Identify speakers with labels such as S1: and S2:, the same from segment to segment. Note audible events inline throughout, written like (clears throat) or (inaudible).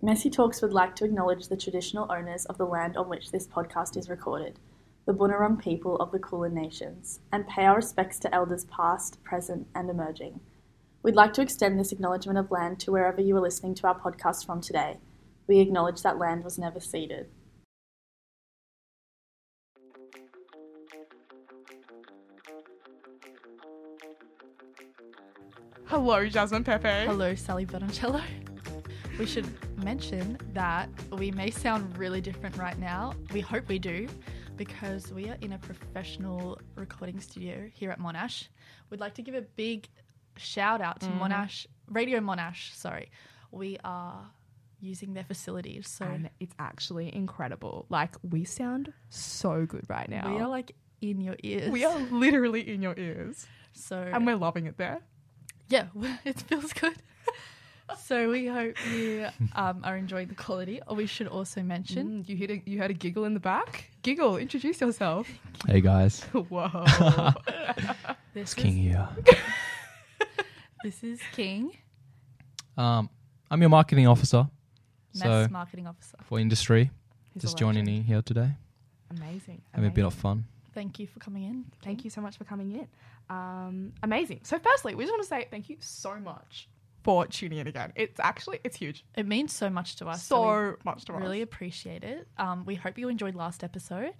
S1: Messy Talks would like to acknowledge the traditional owners of the land on which this podcast is recorded, the Bunurong people of the Kulin Nations, and pay our respects to elders past, present, and emerging. We'd like to extend this acknowledgement of land to wherever you are listening to our podcast from today. We acknowledge that land was never ceded.
S2: Hello, Jasmine Pepe.
S3: Hello, Sally Bonatello. We should mention that we may sound really different right now. We hope we do, because we are in a professional recording studio here at Monash. We'd like to give a big shout out to
S2: Mm.
S3: Monash, Radio Monash, sorry. We are using their facilities. So
S2: And it's actually incredible. Like, we sound so good right now.
S3: we are like in your ears.
S2: We are literally in your ears.
S3: So,
S2: And we're loving it there.
S3: yeah, (laughs) it feels good. (laughs) So we hope you um, are enjoying the quality. Or we should also mention
S2: Mm, you, heard a, you heard a giggle in the back? Giggle, introduce yourself.
S4: Hey guys,
S2: Whoa.
S3: this
S4: King
S3: is
S4: here.
S3: this is King,
S4: (laughs) Um, I'm your marketing officer
S3: Mass
S4: So-
S3: Marketing Officer.
S4: for industry.
S2: He's
S4: Just
S2: a
S4: joining in here today.
S2: Amazing.
S4: Having a bit
S2: amazing.
S4: of fun.
S3: Thank you for coming in.
S2: Thank you so much for coming in. Um, amazing. So, firstly, we just want to say thank you so much for tuning in again. It's actually it's huge.
S3: It means so much to us.
S2: so
S3: so
S2: much to
S3: we really
S2: us.
S3: appreciate it. Um, we hope you enjoyed last episode.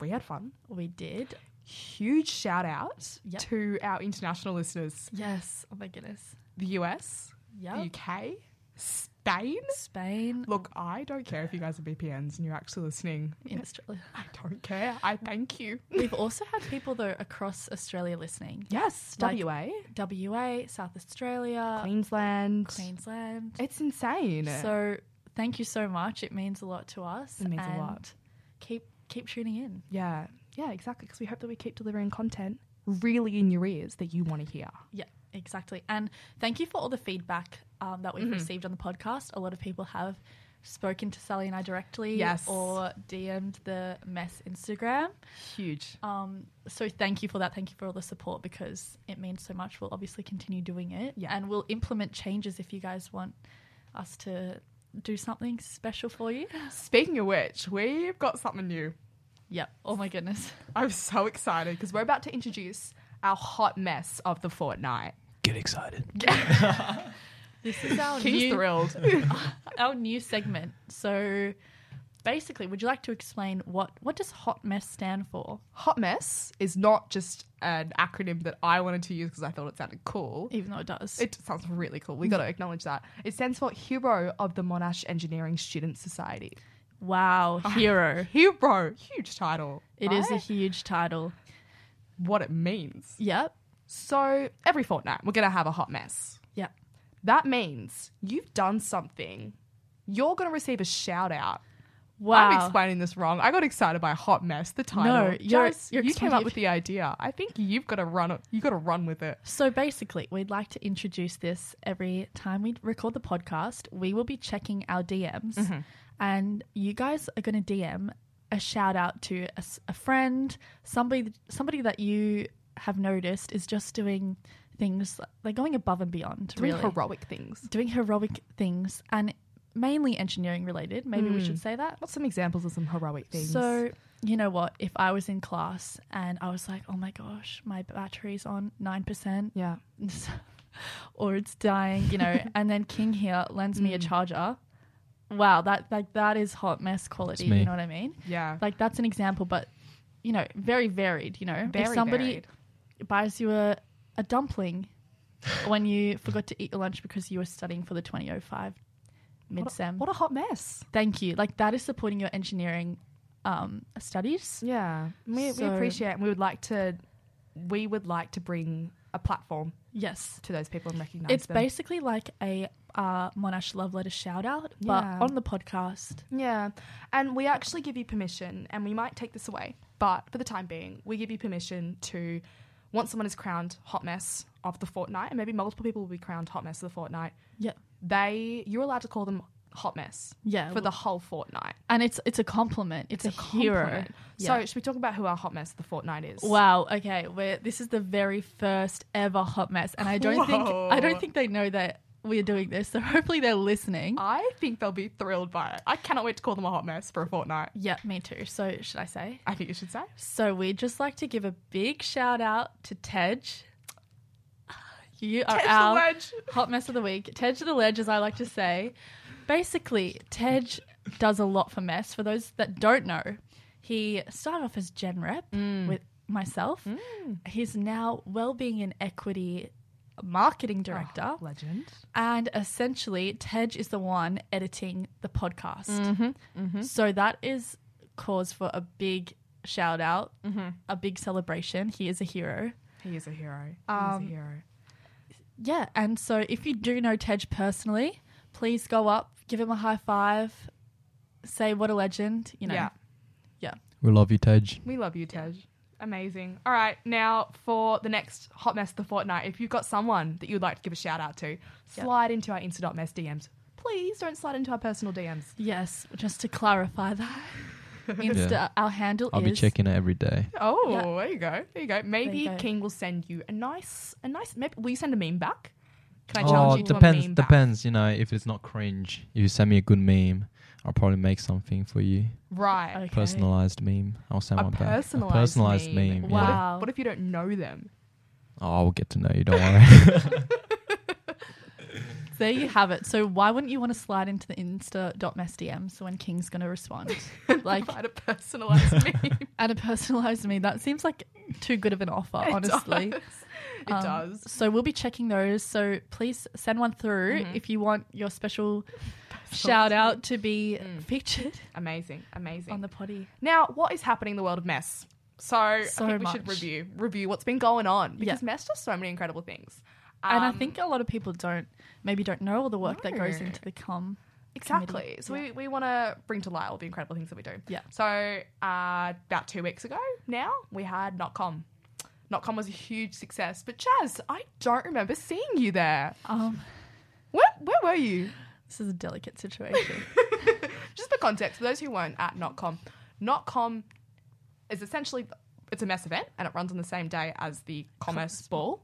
S2: We had fun.
S3: We did.
S2: Huge shout out
S3: Yep.
S2: to our international listeners:
S3: Yes. Oh my goodness.
S2: the US,
S3: Yeah.
S2: the UK, Spain.
S3: Spain
S2: Look, I don't care if you guys are VPNs and you're actually listening.
S3: in Australia.
S2: I don't care. I thank you.
S3: We've also had people though across Australia listening.
S2: Yes,
S3: Like-
S2: WA,
S3: WA, South
S2: uh,
S3: Australia,
S2: Queensland.
S3: Queensland.
S2: It's insane.
S3: So thank you so much. It means a lot to us.
S2: It means a
S3: and
S2: lot.
S3: Keep keep tuning in.
S2: Yeah, yeah, exactly. Because we hope that we keep delivering content really in your ears that you want to hear.
S3: Yeah, exactly. And thank you for all the feedback um, that we've received on the podcast. A lot of people have spoken to Sally and I directly
S2: Yes.
S3: or DM'd the mess Instagram.
S2: Huge.
S3: Um, so thank you for that. Thank you for all the support because it means so much. We'll obviously continue doing it
S2: Yeah.
S3: and we'll implement changes if you guys want us to do something special for you.
S2: Speaking of which, we've got something new.
S3: Yep. Oh my goodness.
S2: I'm so excited because we're about to introduce our hot mess of the fortnight.
S4: Get excited.
S3: This is (laughs) our
S2: He's
S3: new
S2: thrilled.
S3: our new segment. So basically, would you like to explain what what does hot mess stand for?
S2: hot mess is not just an acronym that I wanted to use because I thought it sounded cool.
S3: Even though it does.
S2: It sounds really cool. We got to acknowledge that. It stands for Hero of the Monash Engineering Student Society. (laughs)
S3: wow, hero.
S2: Hero, huge title.
S3: It is a
S2: right?
S3: huge title.
S2: what it means.
S3: Yep.
S2: So every fortnight, we're going to have a hot mess.
S3: Yep.
S2: That means you've done something. You're going to receive a shout out.
S3: Wow.
S2: I'm explaining this wrong. I got excited by hot mess. The title.
S3: No, you're-
S2: Jess,
S3: you're
S2: you came up
S3: explaining-
S2: with the idea. I think you've got to run. it- You got to run with it.
S3: So basically, we'd like to introduce this every time we record the podcast. We will be checking our DMs,
S2: Mm-hmm.
S3: and you guys are going to DM a shout out to a, s- a friend, somebody somebody that you have noticed is just doing things they're going above and beyond,
S2: Doing
S3: really
S2: heroic things.
S3: doing heroic things, and mainly engineering related. Maybe
S2: Hmm.
S3: we should say that.
S2: What's some examples of some heroic things?
S3: So, you know what? If I was in class and I was like, oh my gosh, my battery's on 9%,
S2: yeah,
S3: (laughs) or it's dying, you
S2: (laughs)
S3: know, and then King here lends me a
S2: Mm.
S3: charger. Wow, that like that is hot mess quality,
S4: me.
S3: you know what I mean?
S2: yeah,
S3: Like that's an example, but you know, very varied, you know.
S2: Very
S3: if somebody
S2: varied.
S3: buys you a, a dumpling (laughs) when you forgot to eat your lunch because you were studying for the twenty oh five mid sem.
S2: what a hot mess.
S3: Thank you. Like that is supporting your engineering um studies.
S2: Yeah, we,
S3: So-
S2: we appreciate. It. We would like to. We would like to bring a platform
S3: Yes.
S2: to those people and recognize
S3: It's
S2: them.
S3: basically like a uh, Monash love letter shout out, but
S2: Yeah.
S3: on the podcast.
S2: Yeah, and we actually give you permission, and we might take this away, but for the time being, we give you permission to, once someone is crowned hot mess of the fortnight, and maybe multiple people will be crowned hot mess of the fortnight.
S3: Yeah.
S2: They, you're allowed to call them hot mess
S3: Yeah.
S2: for the whole fortnight.
S3: and it's it's a compliment. It's, a, hero.
S2: compliment.
S3: Yeah.
S2: So should we talk about who our hot mess of the fortnight is?
S3: wow. Okay, we're, this is the very first ever hot mess, and I don't think I don't
S2: Whoa.
S3: think they know that we are doing this, so (laughs) hopefully they're listening.
S2: I think they'll be thrilled by it. I cannot wait to call them a hot mess for a fortnight.
S3: Yeah, me too. So should I say?
S2: I think you should say.
S3: So we'd just like to give a big shout out to Tej. You are
S2: Catch the
S3: our
S2: wedge.
S3: hot mess of the week. Tej the ledge, as I like to say. Basically, Tej does a lot for mess. For those that don't know, he started off as gen rep with myself. He's now wellbeing and equity marketing
S2: Oh,
S3: director.
S2: Legend.
S3: And essentially, Tej is the one editing the podcast. So that is cause for a big shout out, a big celebration. He is a hero.
S2: He is a hero. he
S3: Um,
S2: is a hero.
S3: Yeah. And so if you do know Tej personally, please go up, give him a high five, say what a legend, you know.
S2: Yeah.
S4: We love you, Tej.
S2: We love you, Tej. Amazing. All right, now for the next hot mess of the fortnight. If you've got someone that you'd like to give a shout out to, slide into our Insta.mess DMs. Please don't slide into our personal DMs.
S3: Yes, just to clarify
S2: (laughs)
S3: that. Insta,
S4: Yeah.
S3: our handle
S4: I'll
S3: is
S4: be checking it every day.
S2: Oh,
S3: Yeah.
S2: there you go. There you go. Maybe
S3: you go.
S2: King will send you a nice, a nice. Maybe will you send a meme back? Can I
S4: Oh,
S2: challenge you to
S4: depends.
S2: a meme
S4: Depends. You know, if it's not cringe, if you send me a good meme, I'll probably make something for you.
S2: back? Right.
S3: Okay.
S4: Personalized meme. I'll send
S2: A
S4: one back.
S2: personalized
S4: a personalized
S2: meme.
S4: meme. yeah.
S3: Wow.
S2: What if you don't know them?
S4: Oh, I'll get to know you. Don't worry. (laughs)
S3: There you have it. So why wouldn't you want to slide into the Insta.mess DM so when King's going to
S2: (laughs)
S3: respond? (laughs) like,
S2: Provide
S3: (laughs)
S2: a personalized meme.
S3: and a personalized me, that seems like too good of an offer, honestly.
S2: it does. It
S3: Um,
S2: does.
S3: So we'll be checking those. So please send one through
S2: Mm-hmm.
S3: if you want your special shout out to be
S2: Mm.
S3: featured
S2: Amazing. Amazing.
S3: on the potty.
S2: Now, what is happening in the world of mess? So,
S3: So
S2: I think we should
S3: much.
S2: review review what's been going on because
S3: Yeah.
S2: mess does so many incredible things.
S3: and I
S2: Um,
S3: think a lot of people don't, maybe don't know all the work that goes
S2: No.
S3: into the com.
S2: exactly.
S3: committee.
S2: So
S3: Yeah.
S2: we, we want to bring to light all the incredible things that we do.
S3: Yeah.
S2: So uh, about two weeks ago now we had Notcom. Notcom was a huge success, but Jazz, I don't remember seeing you there.
S3: Um,
S2: Where where were you?
S3: this is a delicate situation.
S2: (laughs) Just for context, for those who weren't at NotCom, NotCom is essentially it's a mess event and it runs on the same day as the Commerce Ball.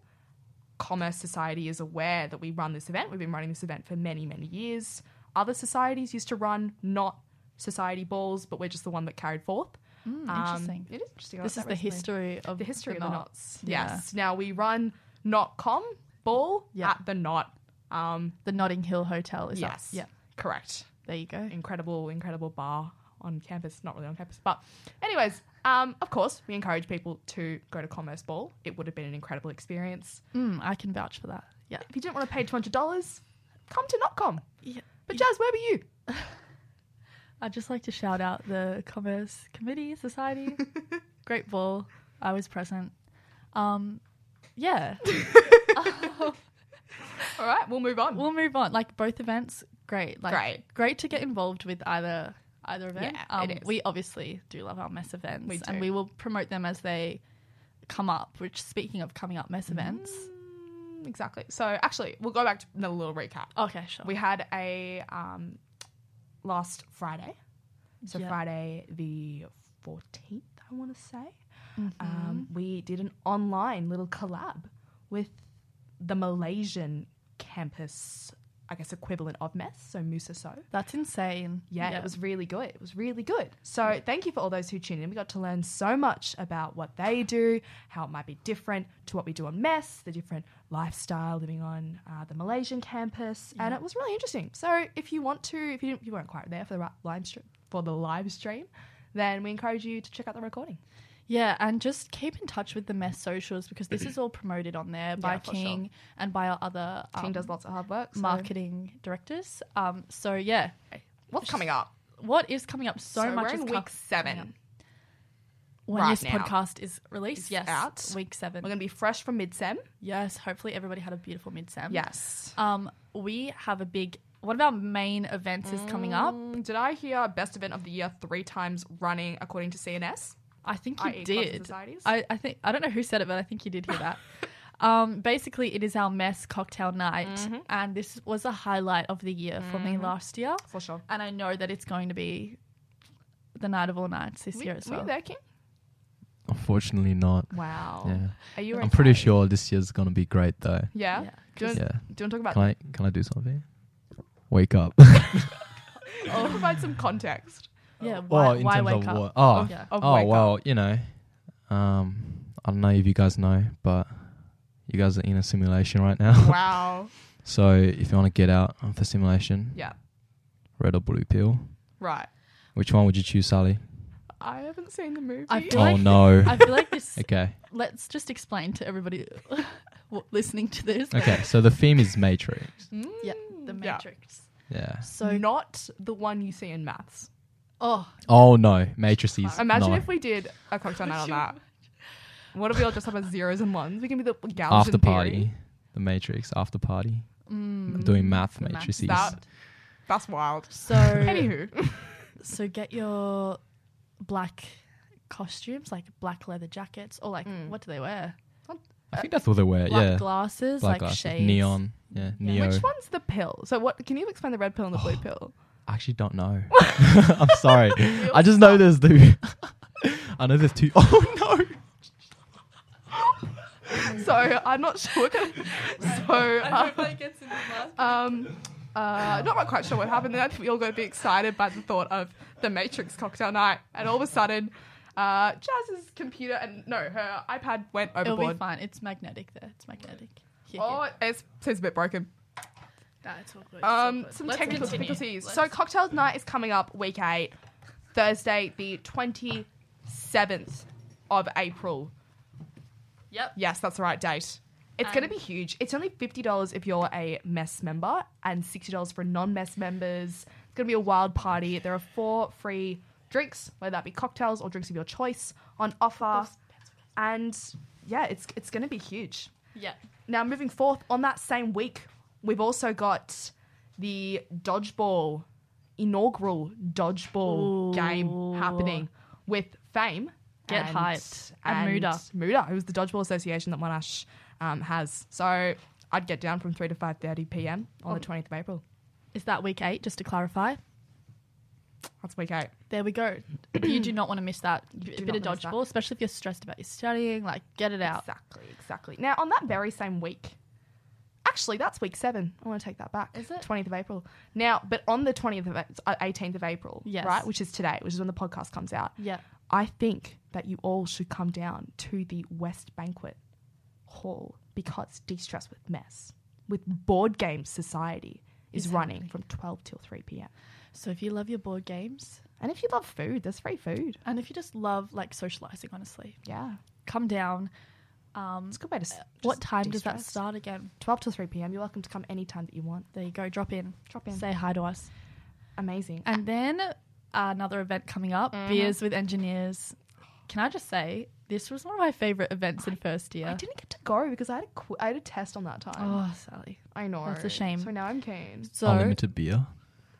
S2: Commerce Society is aware that we run this event. We've been running this event for many, many years. Other societies used to run not society balls, but we're just the one that carried forth.
S3: Hmm,
S2: Um,
S3: interesting.
S2: It is Mm, interesting. I
S3: Um, this is
S2: learnt
S3: the
S2: that recently
S3: history of
S2: the history of the
S3: knot.
S2: knots.
S3: Yeah.
S2: Yes. Now we run NotCom ball
S3: Yeah.
S2: at the knot. Um,
S3: The Notting Hill Hotel is up.
S2: yes.
S3: Yeah,
S2: Correct
S3: there you go.
S2: incredible, incredible bar on campus. Not really on campus, but anyways, um, of course, we encourage people to go to Commerce Ball. It would have been an incredible experience.
S3: Mm, I can vouch for that. Yeah.
S2: If you didn't want to pay two hundred dollars, come to NotCom.
S3: Yeah.
S2: But Jazz, where were you?
S3: I'd just like to shout out the Commerce Committee
S2: (laughs)
S3: Society. Great ball. I was present. Um,
S2: (laughs)
S3: yeah.
S2: All right, we'll move on.
S3: we'll move on. Like both events, great. Like
S2: Great.
S3: great to get involved with either either event.
S2: Yeah,
S3: um,
S2: it is.
S3: we obviously do love our mess events
S2: We do.
S3: and we will promote them as they come up, which speaking of coming up mess
S2: Mm-hmm.
S3: events.
S2: Mm, exactly. So actually, we'll go back to another little recap.
S3: Okay, sure.
S2: We had a um, last Friday, so
S3: Yeah.
S2: Friday the fourteenth, I want to say.
S3: Mm-hmm.
S2: Um, we did an online little collab with the Malaysian campus, I guess equivalent of MES, so Musa So.
S3: That's insane.
S2: Yeah, it was really good. It was really good. So thank you for all those who tuned in. We got to learn so much about what they do, how it might be different to what we do on Mess, the different lifestyle living on uh, the Malaysian campus, and it was really interesting. So if you want to, if you didn't, you weren't quite there for the ri- live stream, for the live stream, then we encourage you to check out the recording.
S3: Yeah, and just keep in touch with the mess socials because this is all promoted on there by
S2: Yeah, for sure.
S3: King and by our other um,
S2: King does lots of hard work. so-
S3: marketing directors. Um, so yeah,
S2: What's coming up?
S3: what is coming up? So, much
S2: we're
S3: is
S2: in
S3: co-
S2: week seven.
S3: when
S2: right
S3: this
S2: now.
S3: podcast is released.
S2: It's
S3: yes,
S2: out.
S3: week seven.
S2: We're going to be fresh from mid sem.
S3: yes, hopefully everybody had a beautiful midsem.
S2: Yes.
S3: Um, we have a big. One of our main events is coming up.
S2: Mm, Did I hear best event of the year three times running according to CNS?
S3: I think
S2: IE
S3: you
S2: E clubs and
S3: did.
S2: societies?
S3: I, I think I don't know who said it, but I think you did hear
S2: (laughs)
S3: that. um, basically, it is our mess cocktail night,
S2: Mm-hmm.
S3: and this was a highlight of the year for me last year.
S2: For sure.
S3: And I know that it's going to be the night of all nights this
S2: We-
S3: year as
S2: were you
S3: well.
S2: there, Kim?
S4: Unfortunately, not.
S2: Wow.
S4: Yeah,
S2: Are you?
S4: I'm pretty
S2: okay?
S4: sure this year's gonna be great though.
S2: Yeah.
S3: Yeah.
S2: Do, you want,
S4: Yeah.
S2: do you want to talk about?
S4: Can I can I do something? Wake up.
S2: I'll provide some context.
S3: Yeah,
S4: (laughs)
S3: why, why wake up?
S4: what? Oh,
S3: yeah.
S2: Of
S4: oh
S2: wake
S4: (laughs) well,
S2: Up.
S4: you know, um, I don't know if you guys know, but you guys are in a simulation right now.
S2: Wow.
S4: (laughs) so if you want to get out of the simulation,
S2: Yeah.
S4: red or blue pill,
S2: Right.
S4: which one would you choose, Sally?
S2: I haven't seen the movie.
S3: I feel
S4: Oh
S3: like
S2: (laughs)
S4: no.
S3: I feel like this. (laughs)
S4: (laughs) okay.
S3: let's just explain to everybody (laughs) w- listening to this.
S4: Okay. So the theme is Matrix.
S2: Mm,
S3: Yeah, the Matrix.
S2: (laughs)
S4: Yeah.
S3: So
S2: not the one you see in maths.
S3: oh,
S4: Oh no, matrices.
S2: Uh, Imagine
S4: no.
S2: if we did a cocktail night on that. What if we all just have as zeros and ones? We can be the gals
S4: after
S2: in
S4: party,
S2: theory. Mm,
S4: the Matrix after party.
S3: mm.
S4: I'm doing math
S3: the math.
S4: matrices.
S2: That, that's wild.
S3: so
S2: Anywho,
S3: so get your black costumes, like black leather jackets, or like
S2: Mm.
S3: what do they wear?
S4: I
S2: uh,
S4: think that's what they wear.
S3: Black
S4: Uh, yeah,
S3: glasses,
S4: black
S3: like
S4: glasses,
S3: shades.
S2: (laughs)
S4: neon. Yeah,
S3: Yeah.
S4: neo.
S2: which one's the pill? So what? Can you explain the red pill and the
S4: (gasps)
S2: blue pill?
S4: I actually
S2: (laughs)
S4: don't know. (laughs) I'm sorry. I just know there's the. (laughs) I know there's two (laughs) Oh no!
S2: So I'm not sure. (laughs) so uh, um, uh, not quite sure what happened there. I think we all got a bit excited by the thought of the Matrix cocktail night, and all of a sudden, uh, Jazz's computer and no, her iPad went
S3: It'll
S2: overboard.
S3: be fine. It's magnetic there. It's magnetic. Here,
S2: Oh,
S3: here.
S2: it's, it's a bit broken.
S3: That's all good.
S2: Um, some technical difficulties. So, cocktails night is coming up week eight, Thursday, the 27th of April.
S3: Yep.
S2: Yes, that's the right date. It's going to
S3: And-
S2: be huge. It's only $50 if you're a mess member and $60 for non mess members. It's going to be a wild party. There are four free drinks, whether that be cocktails or drinks of your choice, on offer. And yeah, it's, it's going to be huge.
S3: Yeah.
S2: Now, moving forth, on that same week, we've also got the dodgeball, inaugural dodgeball
S3: Ooh.
S2: game happening with Fame.
S3: Get hyped. And Muda.
S2: Muda, who's the Dodgeball Association that Monash um, has. So I'd get down from 3 to 5.30 p.m. on
S3: Oh.
S2: the 20th of April.
S3: Is that week eight? Just to clarify.
S2: That's week eight.
S3: There we go. you do not want to miss
S2: (clears throat)
S3: that
S2: do
S3: a bit
S2: not
S3: of
S2: wanna miss that.
S3: dodgeball, especially if you're stressed about your studying. Like, get it out.
S2: Exactly, exactly. Now, on that very same week, actually, that's week seven. I want to take that back.
S3: Is it?
S2: 20th of April? Now, but on the 20th of, uh, 18th of April,
S3: Yes.
S2: right, which is today, which is when the podcast comes out,
S3: Yeah.
S2: I think that you all should come down to the West Banquet Hall because De Stress with Mess, with Board Game Society, is
S3: Is
S2: running from 12 till 3 p.m.
S3: So if you love your board games
S2: And if you love food, there's free food.
S3: and if you just love like socializing, honestly,
S2: Yeah.
S3: come down. Um,
S2: It's a good way to. s- just
S3: what time does that
S2: de-stress.
S3: start again?
S2: 12 till 3 p.m. You're welcome to come anytime that you want.
S3: There you go. Drop in.
S2: Drop in.
S3: Say hi to us.
S2: Amazing.
S3: And then another event coming up
S2: Mm-hmm.
S3: Beers with Engineers. Can I just say, this was one of my favorite events in first year.
S2: I didn't get to go because I had a qu- I had a test on that time.
S3: Oh, Sally.
S2: I know.
S3: that's a shame.
S2: So now I'm keen.
S3: So,
S4: Unlimited Oh, beer.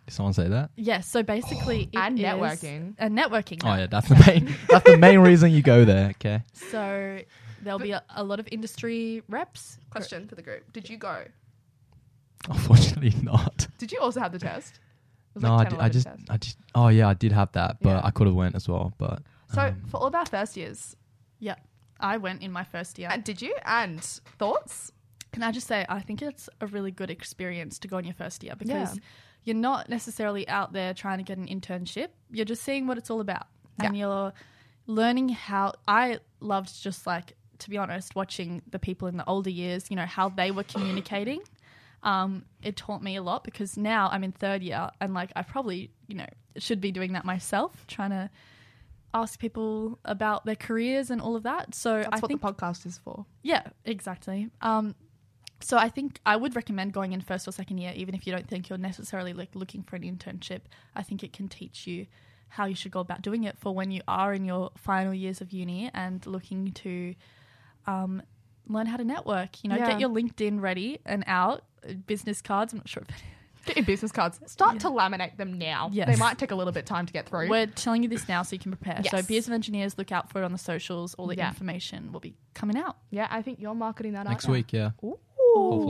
S4: Did someone say that?
S3: yeah, so basically, it
S2: And
S3: is-
S2: networking.
S3: And networking.
S4: Oh yeah, that's the main. (laughs) that's the main reason you go there. Okay.
S3: So there'll be a, a lot of industry reps.
S2: Question for the group: Did you go?
S4: Unfortunately, (laughs) not.
S2: Did you also have the test? It was
S4: No,
S2: like
S4: I,
S2: 10,
S4: did, I
S2: 11
S4: just,
S2: test.
S4: I just. Oh yeah, I did have that, but
S2: Yeah.
S4: I could have went as well. But
S2: So
S4: um,
S2: for all of our first years,
S3: Yeah, I went in my first year.
S2: and did you? And thoughts?
S3: Can I just say, I think it's a really good experience to go in your first year
S2: Yeah.
S3: because you're not necessarily out there trying to get an internship. You're just seeing what it's all about and you're learning how. I loved just like, to be honest, watching the people in the older years, you know, how they were communicating. Um, it taught me a lot because now I'm in third year and like I probably, you know, should be doing that myself, trying to ask people about their careers and all of that. So
S2: That's
S3: I
S2: what
S3: think
S2: the podcast is
S3: (laughs)
S2: for.
S3: yeah, exactly. Um, so I think I would recommend going in first or second year, even if you don't think you're necessarily like looking for an internship. I think it can teach you how you should go about doing it for when you are in your final years of uni and looking to um, learn how to network. You know,
S2: Yeah.
S3: get your LinkedIn ready and out, uh, business cards. I'm not sure. If (laughs)
S2: Get your business cards. Start to laminate them now.
S3: Yes.
S2: They might take a little bit of time to get through.
S3: We're telling you this now so you can prepare. So,
S2: Yes.
S3: beers of engineers, look out for it on the socials. All the
S2: Yeah.
S3: information will be coming out.
S2: yeah, I think you're marketing that
S4: next
S2: out now.
S4: week, yeah.
S2: Ooh,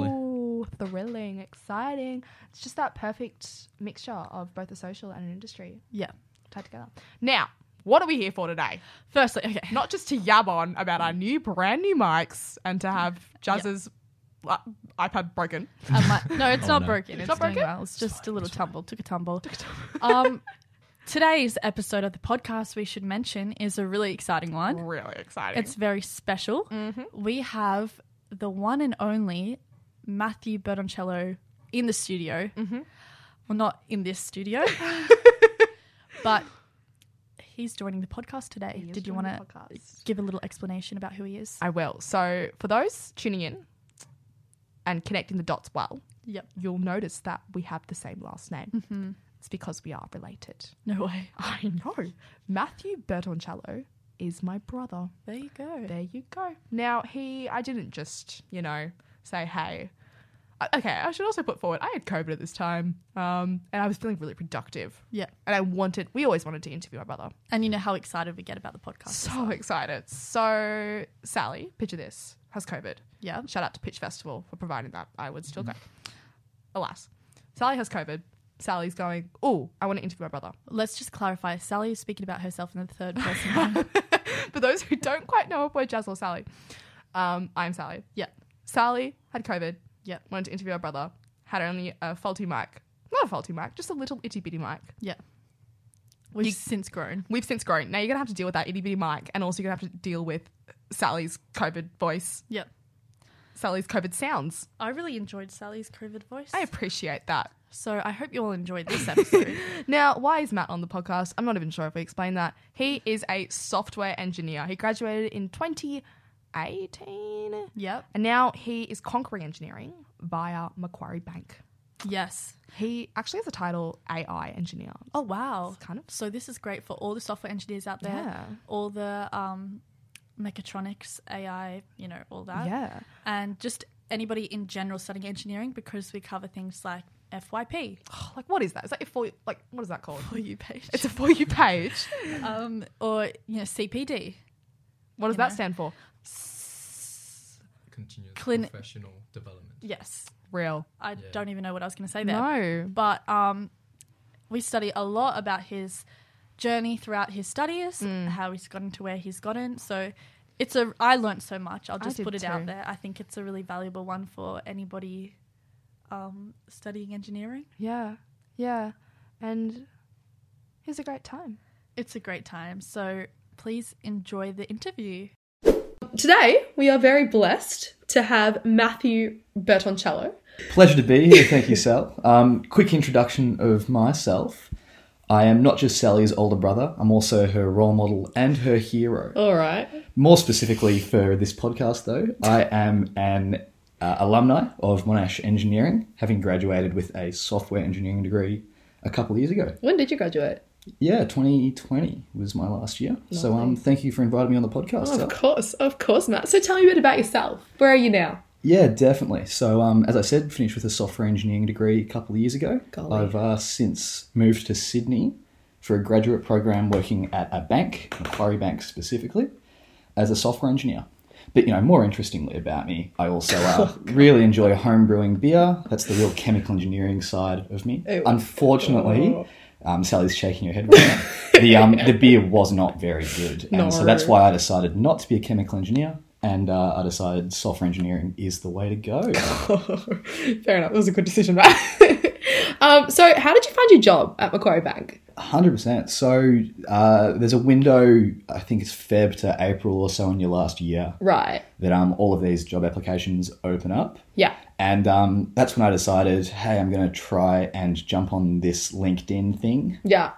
S2: thrilling, exciting. It's just that perfect mixture of both a social and an industry
S3: Yeah.
S2: tied together. Now, what are we here for today?
S3: Firstly, okay.
S2: Not just to yab on about our new brand new mics and to have Jazz's la- iPad broken.
S3: I (laughs) might- no, it's
S4: Oh,
S3: not
S4: no.
S3: broken. It's,
S2: not
S3: doing
S2: broken?
S3: well. It's just a little tumble. Took a tumble. (laughs) um, today's episode of the podcast we should mention is a really exciting one.
S2: Really exciting.
S3: It's very special. We have the one and only Matthew Bertoncello in the studio. Well, not in this (laughs) studio, but he's joining the podcast today. Did you want to give a little explanation about who he is?
S2: I will. So for those tuning in and connecting the dots well,
S3: Yep.
S2: you'll notice that we have the same last name.
S3: Mm-hmm.
S2: It's because we are related.
S3: No way.
S2: I know. Matthew Bertoncello is my brother.
S3: There you go.
S2: There you go. Now, he, I didn't just, you know, say, hey. Uh, Okay, I should also put forward, I had COVID at this time, um, and I was feeling really productive.
S3: Yeah.
S2: And I wanted, we always wanted to interview my brother.
S3: And you know how excited we get about the podcast.
S2: So excited. So, Sally, picture this, has COVID.
S3: Yeah.
S2: Shout out to Pitch Festival for providing that. I would still go. Alas, Sally has COVID. Sally's going, oh, I want to interview my brother.
S3: Let's just clarify. Sally is speaking about herself in the third (laughs) person.
S2: (laughs) For those who don't quite know if we're Jazz or Sally, um, I'm Sally.
S3: yeah.
S2: Sally had COVID.
S3: Yeah.
S2: Wanted to interview her brother. Had only a faulty mic. Not a faulty mic, just a little itty bitty mic.
S3: Yeah. We've
S2: You-
S3: since grown.
S2: We've since grown. Now you're gonna have to deal with that itty bitty mic, and also you're gonna have to deal with Sally's COVID voice,
S3: Yep.
S2: Sally's COVID sounds.
S3: I really enjoyed Sally's COVID voice.
S2: I appreciate that.
S3: so I hope you all enjoyed (laughs) this episode.
S2: Now, why is Matt on the podcast? I'm not even sure if we explained that. He is a software engineer. He graduated in 2018.
S3: yep.
S2: And now he is conquering engineering via Macquarie Bank.
S3: Yes.
S2: He actually has the title AI engineer.
S3: Oh wow.
S2: It's kind of
S3: So this is great for all the software engineers out there.
S2: Yeah.
S3: All the um, mechatronics, AI, you know, all that.
S2: yeah. (sighs)
S3: And just anybody in general studying engineering because we cover things like (gasps) FYP.
S2: Like what is that? Is that your for like what is that called?
S3: For you page.
S2: It's a
S3: (laughs)
S2: for you page.
S3: um, or you know CPD.
S2: What does
S3: You
S2: that
S3: know.
S2: stand for?
S5: continuous
S3: Clin-
S5: professional development.
S3: Yes,
S2: Real.
S3: I
S5: Yeah.
S3: don't even know what I was going to say there.
S2: No.
S3: But um, we study a lot about his journey throughout his studies, how he's gotten to where he's gotten. So it's a I learned so much. I'll
S2: I
S3: just
S2: did
S3: put it out
S2: too.
S3: there. I think it's a really valuable one for anybody um, studying engineering.
S2: Yeah. Yeah. And he's a great time.
S3: It's a great time. So please enjoy the interview.
S6: Today, we are very blessed to have Matthew Bertoncello.
S7: Pleasure to be here. Thank you, Sal. Um, quick introduction of myself. I am not just Sally's older brother, I'm also her role model and her hero.
S6: All right.
S7: More specifically for this podcast, though, I am an uh, alumni of Monash Engineering, having graduated with a software engineering degree a couple of years ago.
S6: When did you graduate?
S7: Yeah, 2020 was my last year. So um, thank you for inviting me on the podcast, Sal.
S6: Oh, Of course, of course, Matt. So tell me a bit about yourself. Where are you now?
S7: Yeah, definitely. So, um, as I said, finished with a software engineering degree a couple of years ago.
S6: Golly.
S7: I've uh, since moved to Sydney for a graduate program working at a bank, Macquarie Bank specifically, as a software engineer. But, you know, more interestingly about me, I also uh, (laughs) really enjoy home brewing beer. That's the real chemical engineering side of me.
S6: Oh.
S7: Unfortunately, um, Sally's shaking her head right now. The, um, the beer was not very good. And so that's
S6: No.
S7: why I decided not to be a chemical engineer. And uh, I decided software engineering is the way to go.
S6: Fair enough. That was a good decision, right? (laughs) um, so how did you find your job at Macquarie Bank?
S7: Hundred percent. So uh, there's a window. I think it's Feb to April or so in your last year
S6: Right.
S7: that um all of these job applications open up,
S6: Yeah.
S7: and um, that's when I decided, hey, I'm going to try and jump on this LinkedIn thing.
S6: Yeah.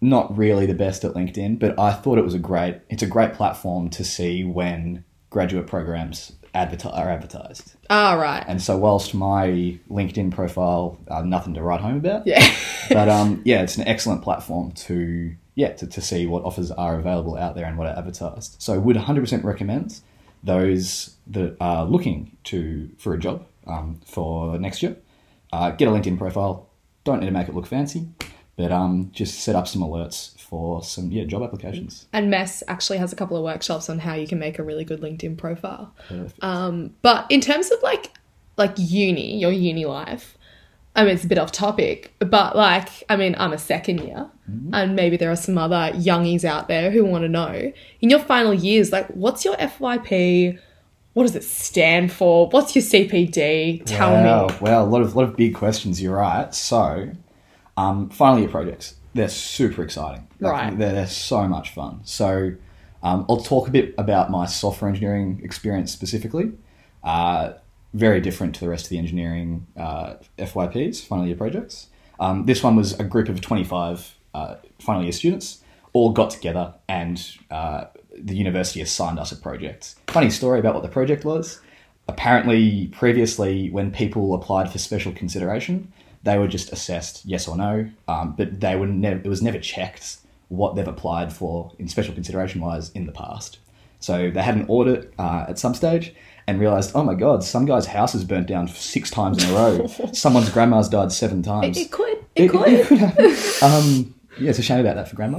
S7: Not really the best at LinkedIn, but I thought it was a great. It's a great platform to see when graduate programs advertise are advertised.
S6: All Ah, right.
S7: And so, whilst my LinkedIn profile, uh, nothing to write home about.
S6: Yeah.
S7: (laughs) but um, yeah, it's an excellent platform to yeah to, to see what offers are available out there and what are advertised. So would 100% recommend those that are looking to for a job um, for next year. Uh, get a LinkedIn profile. Don't need to make it look fancy, but um, just set up some alerts for some yeah job applications.
S6: And Mess actually has a couple of workshops on how you can make a really good LinkedIn profile. Um, but in terms of like like uni, your uni life, I mean, it's a bit off topic, but like, I mean, I'm a second year, and maybe there are some other youngies out there who want to know in your final years, like, what's your FYP? What does it stand for? What's your CPD? Tell
S7: wow.
S6: me.
S7: Wow, a lot of lot of big questions. You're right. So, um, final year projects. They're super exciting.
S6: Right.
S7: They're, they're so much fun. So, um, I'll talk a bit about my software engineering experience specifically. Uh, very different to the rest of the engineering uh, FYPs, final year projects. Um, this one was a group of 25 uh, final year students all got together and uh, the university assigned us a project. Funny story about what the project was apparently previously when people applied for special consideration they were just assessed yes or no um, but they were never it was never checked what they've applied for in special consideration wise in the past so they had an audit uh, at some stage and realized oh my god some guy's house is burnt down six times in a row someone's grandma's died seven times
S6: It could.
S7: It-
S6: It,
S7: it-
S6: could.
S7: it could happen. um, yeah it's a shame about that for grandma
S6: (laughs)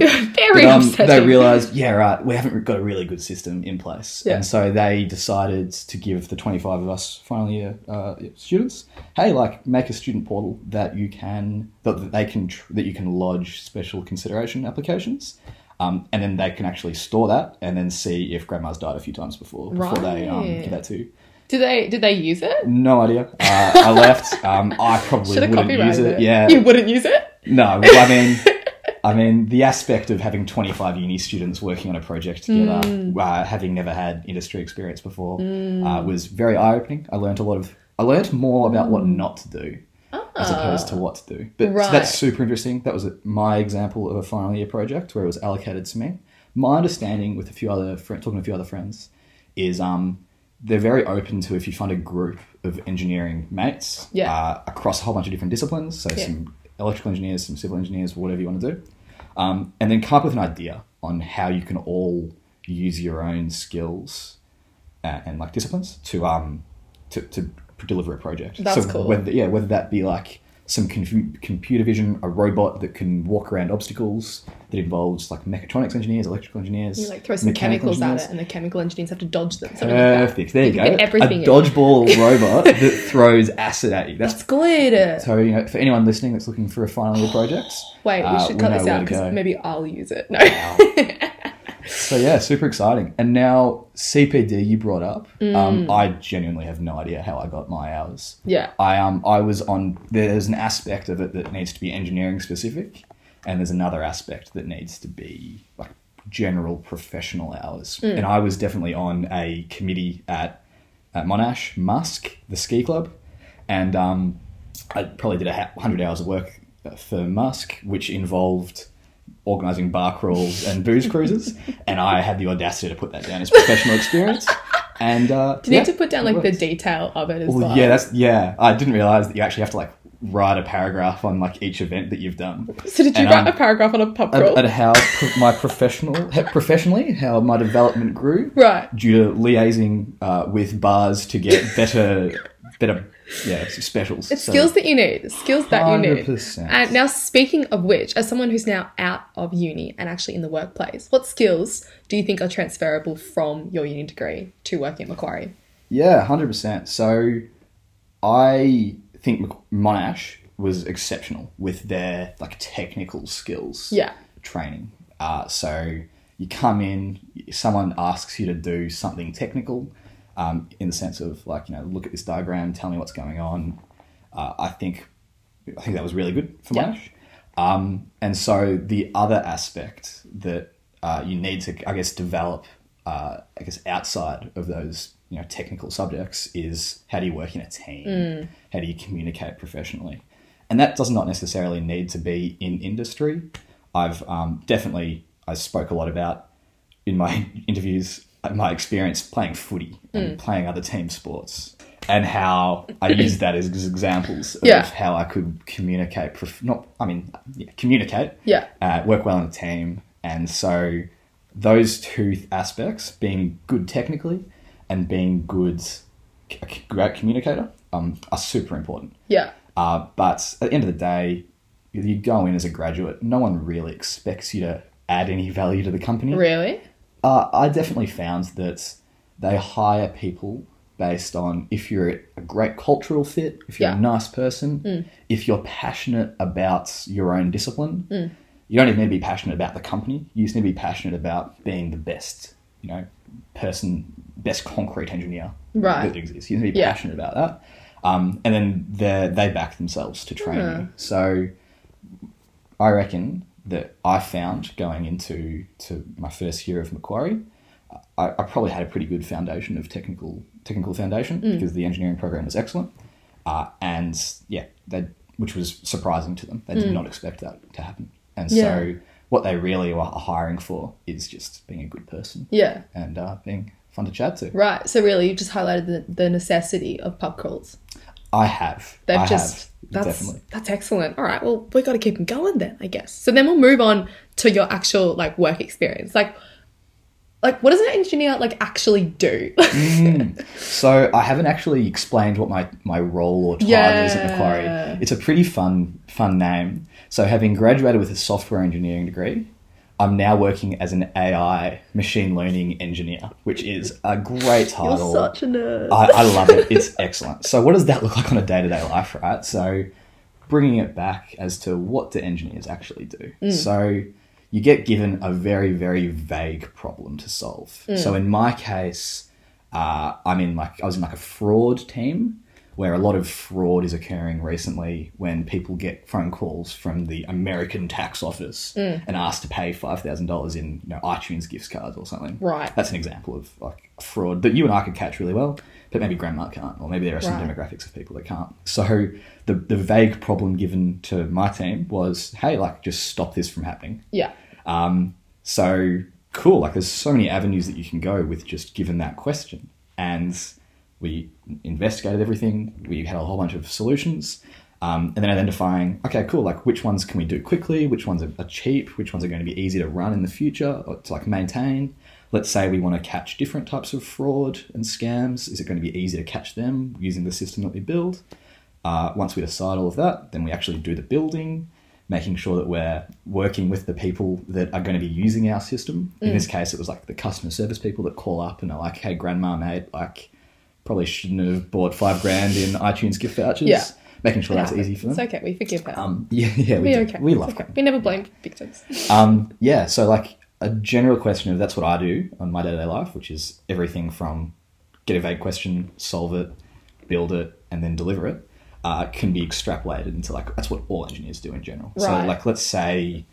S7: but,
S6: Very
S7: um, they
S6: upsetting.
S7: realized, yeah, right, we haven't got a really good system in place.
S6: Yeah.
S7: And so they decided to give the 25 of us final year uh, students, hey, like, make a student portal that you can, that they can, tr- that you can lodge special consideration applications. Um, and then they can actually store that and then see if grandma's died a few times before, before they um,
S6: Right.
S7: give that to you.
S6: Did they? Did they use it?
S7: No idea. Uh, I left. Um, I probably
S6: Should have
S7: wouldn't
S6: copyrighted
S7: use it.
S6: it.
S7: Yeah.
S6: You wouldn't use it.
S7: No, well, I mean, I mean, the aspect of having 25 uni students working on a project together, uh, having never had industry experience before, uh, was very eye opening. I learnt a lot of, I learnt more about what not to do as opposed to what to do. But so
S6: Right.
S7: that's super interesting. That was my example of a final year project where it was allocated to me. My understanding with a few other fri talking to a few other friends, is um, they're very open to if you find a group of engineering mates
S6: Yeah.
S7: uh, across a whole bunch of different disciplines, so some electrical engineers, some civil engineers, whatever you want to do, um, and then come up with an idea on how you can all use your own skills uh, and like disciplines to um to, to deliver a project.
S6: That's
S7: so
S6: cool.
S7: Whether, yeah, whether that be like some confu- computer vision, a robot that can walk around obstacles that involves like mechatronics engineers, electrical engineers,
S6: You like throw some
S7: mechanical
S6: chemicals at
S7: engineers.
S6: it, and the chemical engineers have to dodge them. Something like that.
S7: Perfect. There you go.
S6: can fit everything
S7: a
S6: in. (laughs)
S7: dodgeball robot that throws acid at you. That's
S6: That's good.
S7: so you know for anyone listening that's looking for a final year project.
S6: (gasps) Wait, we
S7: uh,
S6: should cut
S7: know
S6: this
S7: where
S6: out
S7: to go.
S6: because maybe I'll use it. No.
S7: So yeah, super exciting. And now CPD you brought up. Um, I genuinely have no idea how I got my hours.
S6: Mm. yeah.
S7: I um I was on there's an aspect of it that needs to be engineering specific and there's another aspect that needs to be like general professional
S6: Hmm.
S7: hours. And I was definitely on a committee at at Monash Musk, the ski club, and um I probably did a ha- 100 hours of work uh, for Musk which involved organizing bar crawls and booze
S6: (laughs)
S7: cruises and I had the audacity to put that down as professional experience. And uh
S6: You
S7: yeah,
S6: need to put down
S7: it
S6: like the
S7: worked.
S6: detail of it as
S7: Well,
S6: well.
S7: yeah, that's yeah. I didn't realize that you actually have to like write a paragraph on like each event that you've done.
S6: So did you
S7: And,
S6: write
S7: um,
S6: a paragraph on a pub
S7: At,
S6: crawl?
S7: at how pro- my professional, how- professionally, how my development grew,
S6: Right.
S7: Due to liaising uh, with bars to
S6: (laughs)
S7: get better, better, yeah, specials.
S6: It's skills that you need, skills that you need.
S7: 100%.
S6: And now, speaking of which, as someone who's now out of uni and actually in the workplace, what skills do you think are transferable from your uni degree to working at Macquarie?
S7: Yeah, hundred percent. So, I think Mc- Monash was exceptional with their like technical skills.
S6: Yeah.
S7: Training. Uh, so you come in, someone asks you to do something technical, um, in the sense of like you know look at this diagram, tell me what's going on. Uh, I think, I think that was really good for
S6: Yeah.
S7: Monash. Um, and so the other aspect that uh, you need to, I guess, develop, uh, I guess, outside of those you know technical subjects is how do you work in a team? How do you communicate professionally? And that does not necessarily need to be in industry. I've um, definitely I spoke a lot about in my (laughs) interviews uh, my experience playing footy
S6: Hmm.
S7: and playing other team sports and how I
S6: (clears throat)
S7: use that as examples of
S6: Yeah.
S7: how I could communicate, prof- not, I mean, yeah, communicate,
S6: Yeah.
S7: uh, work well in a team. And so those two th- aspects, being good technically and being good, c- a c- great communicator, um, are super important.
S6: Yeah.
S7: Uh, but at the end of the day, you go in as a graduate, no one really expects you to add any value to the company.
S6: Really?
S7: Uh, I definitely found that they hire people based on if you're a great cultural fit, if you're
S6: Yeah. Hmm.
S7: a nice person, if you're passionate about your own discipline.
S6: Hmm.
S7: You don't even need to be passionate about the company. You just need to be passionate about being the best, you know, person, best concrete engineer
S6: Right.
S7: that exists. You need to be
S6: Yeah.
S7: passionate about that. Um, and then they they back themselves to training.
S6: Hmm.
S7: So I reckon that I found going into to my first year of Macquarie, I, I probably had a pretty good foundation of technical technical foundation
S6: Mm.
S7: because the engineering program was excellent, uh, and yeah, they which was surprising to them. They did not expect that to happen, and
S6: Mm. Yeah.
S7: so what they really were hiring for is just being a good person
S6: Yeah.
S7: and uh, being fun to chat to.
S6: Right. So really, you just highlighted the, the necessity of pub crawls.
S7: I have.
S6: They've
S7: I
S6: just
S7: have,
S6: that's
S7: definitely.
S6: that's excellent. All right. Well, we got to keep them going then, I guess. So then we'll move on to your actual like work experience. Like, like what does an engineer like actually do? (laughs)
S7: Mm.
S6: Mm.
S7: So I haven't actually explained what my, my role or title is at
S6: Yeah.
S7: Macquarie. It's a pretty fun fun name. So having graduated with a software engineering degree, I'm now working as an AI machine learning engineer, which is a great title.
S6: Such a nerd.
S7: I, I love it. It's excellent. So, what does that look like on a day to day life, right? So, bringing it back as to what do engineers actually do? So, you get given a very, very vague problem to solve. So, in my case, uh, I'm in like I was in like a fraud team where a lot of fraud is occurring recently when people get phone calls from the American tax office and asked to pay five thousand dollars in you know, iTunes gift cards or something.
S6: Right.
S7: (laughs) That's an example of like fraud that you and I could catch really well, but maybe grandma can't, or maybe there are some
S6: Right.
S7: demographics of people that can't. So the the vague problem given to my team was, hey, like just stop this from happening.
S6: yeah.
S7: So cool. Like there's so many avenues that you can go with just given that question. And we investigated everything. We had a whole bunch of solutions. Um, and then identifying, okay, cool, like which ones can we do quickly? Which ones are, are cheap? Which ones are going to be easy to run in the future or to like maintain? Let's say we want to catch different types of fraud and scams. Is it going to be easy to catch them using the system that we build? Uh, once we decide all of that, then we actually do the building, making sure that we're working with the people that are going to be using our system. In
S6: Mm.
S7: this case, it was like the customer service people that call up and are like, "Hey, grandma, mate, like probably shouldn't have bought five grand in iTunes gift vouchers."
S6: Yeah.
S7: Making sure that's easy for them.
S6: It's okay. We forgive her.
S7: Um, (laughs) yeah, yeah, we,
S6: we
S7: do.
S6: okay.
S7: We
S6: It's
S7: love
S6: okay.
S7: grandma.
S6: We never blame victims.
S7: Um, yeah, so like a general question of that's what I do on my day to day life, which is everything from get a vague question, solve it, build it, and then deliver it, uh, can be extrapolated into like that's what all engineers do in general.
S6: Right.
S7: So like let's
S6: (clears throat)
S7: say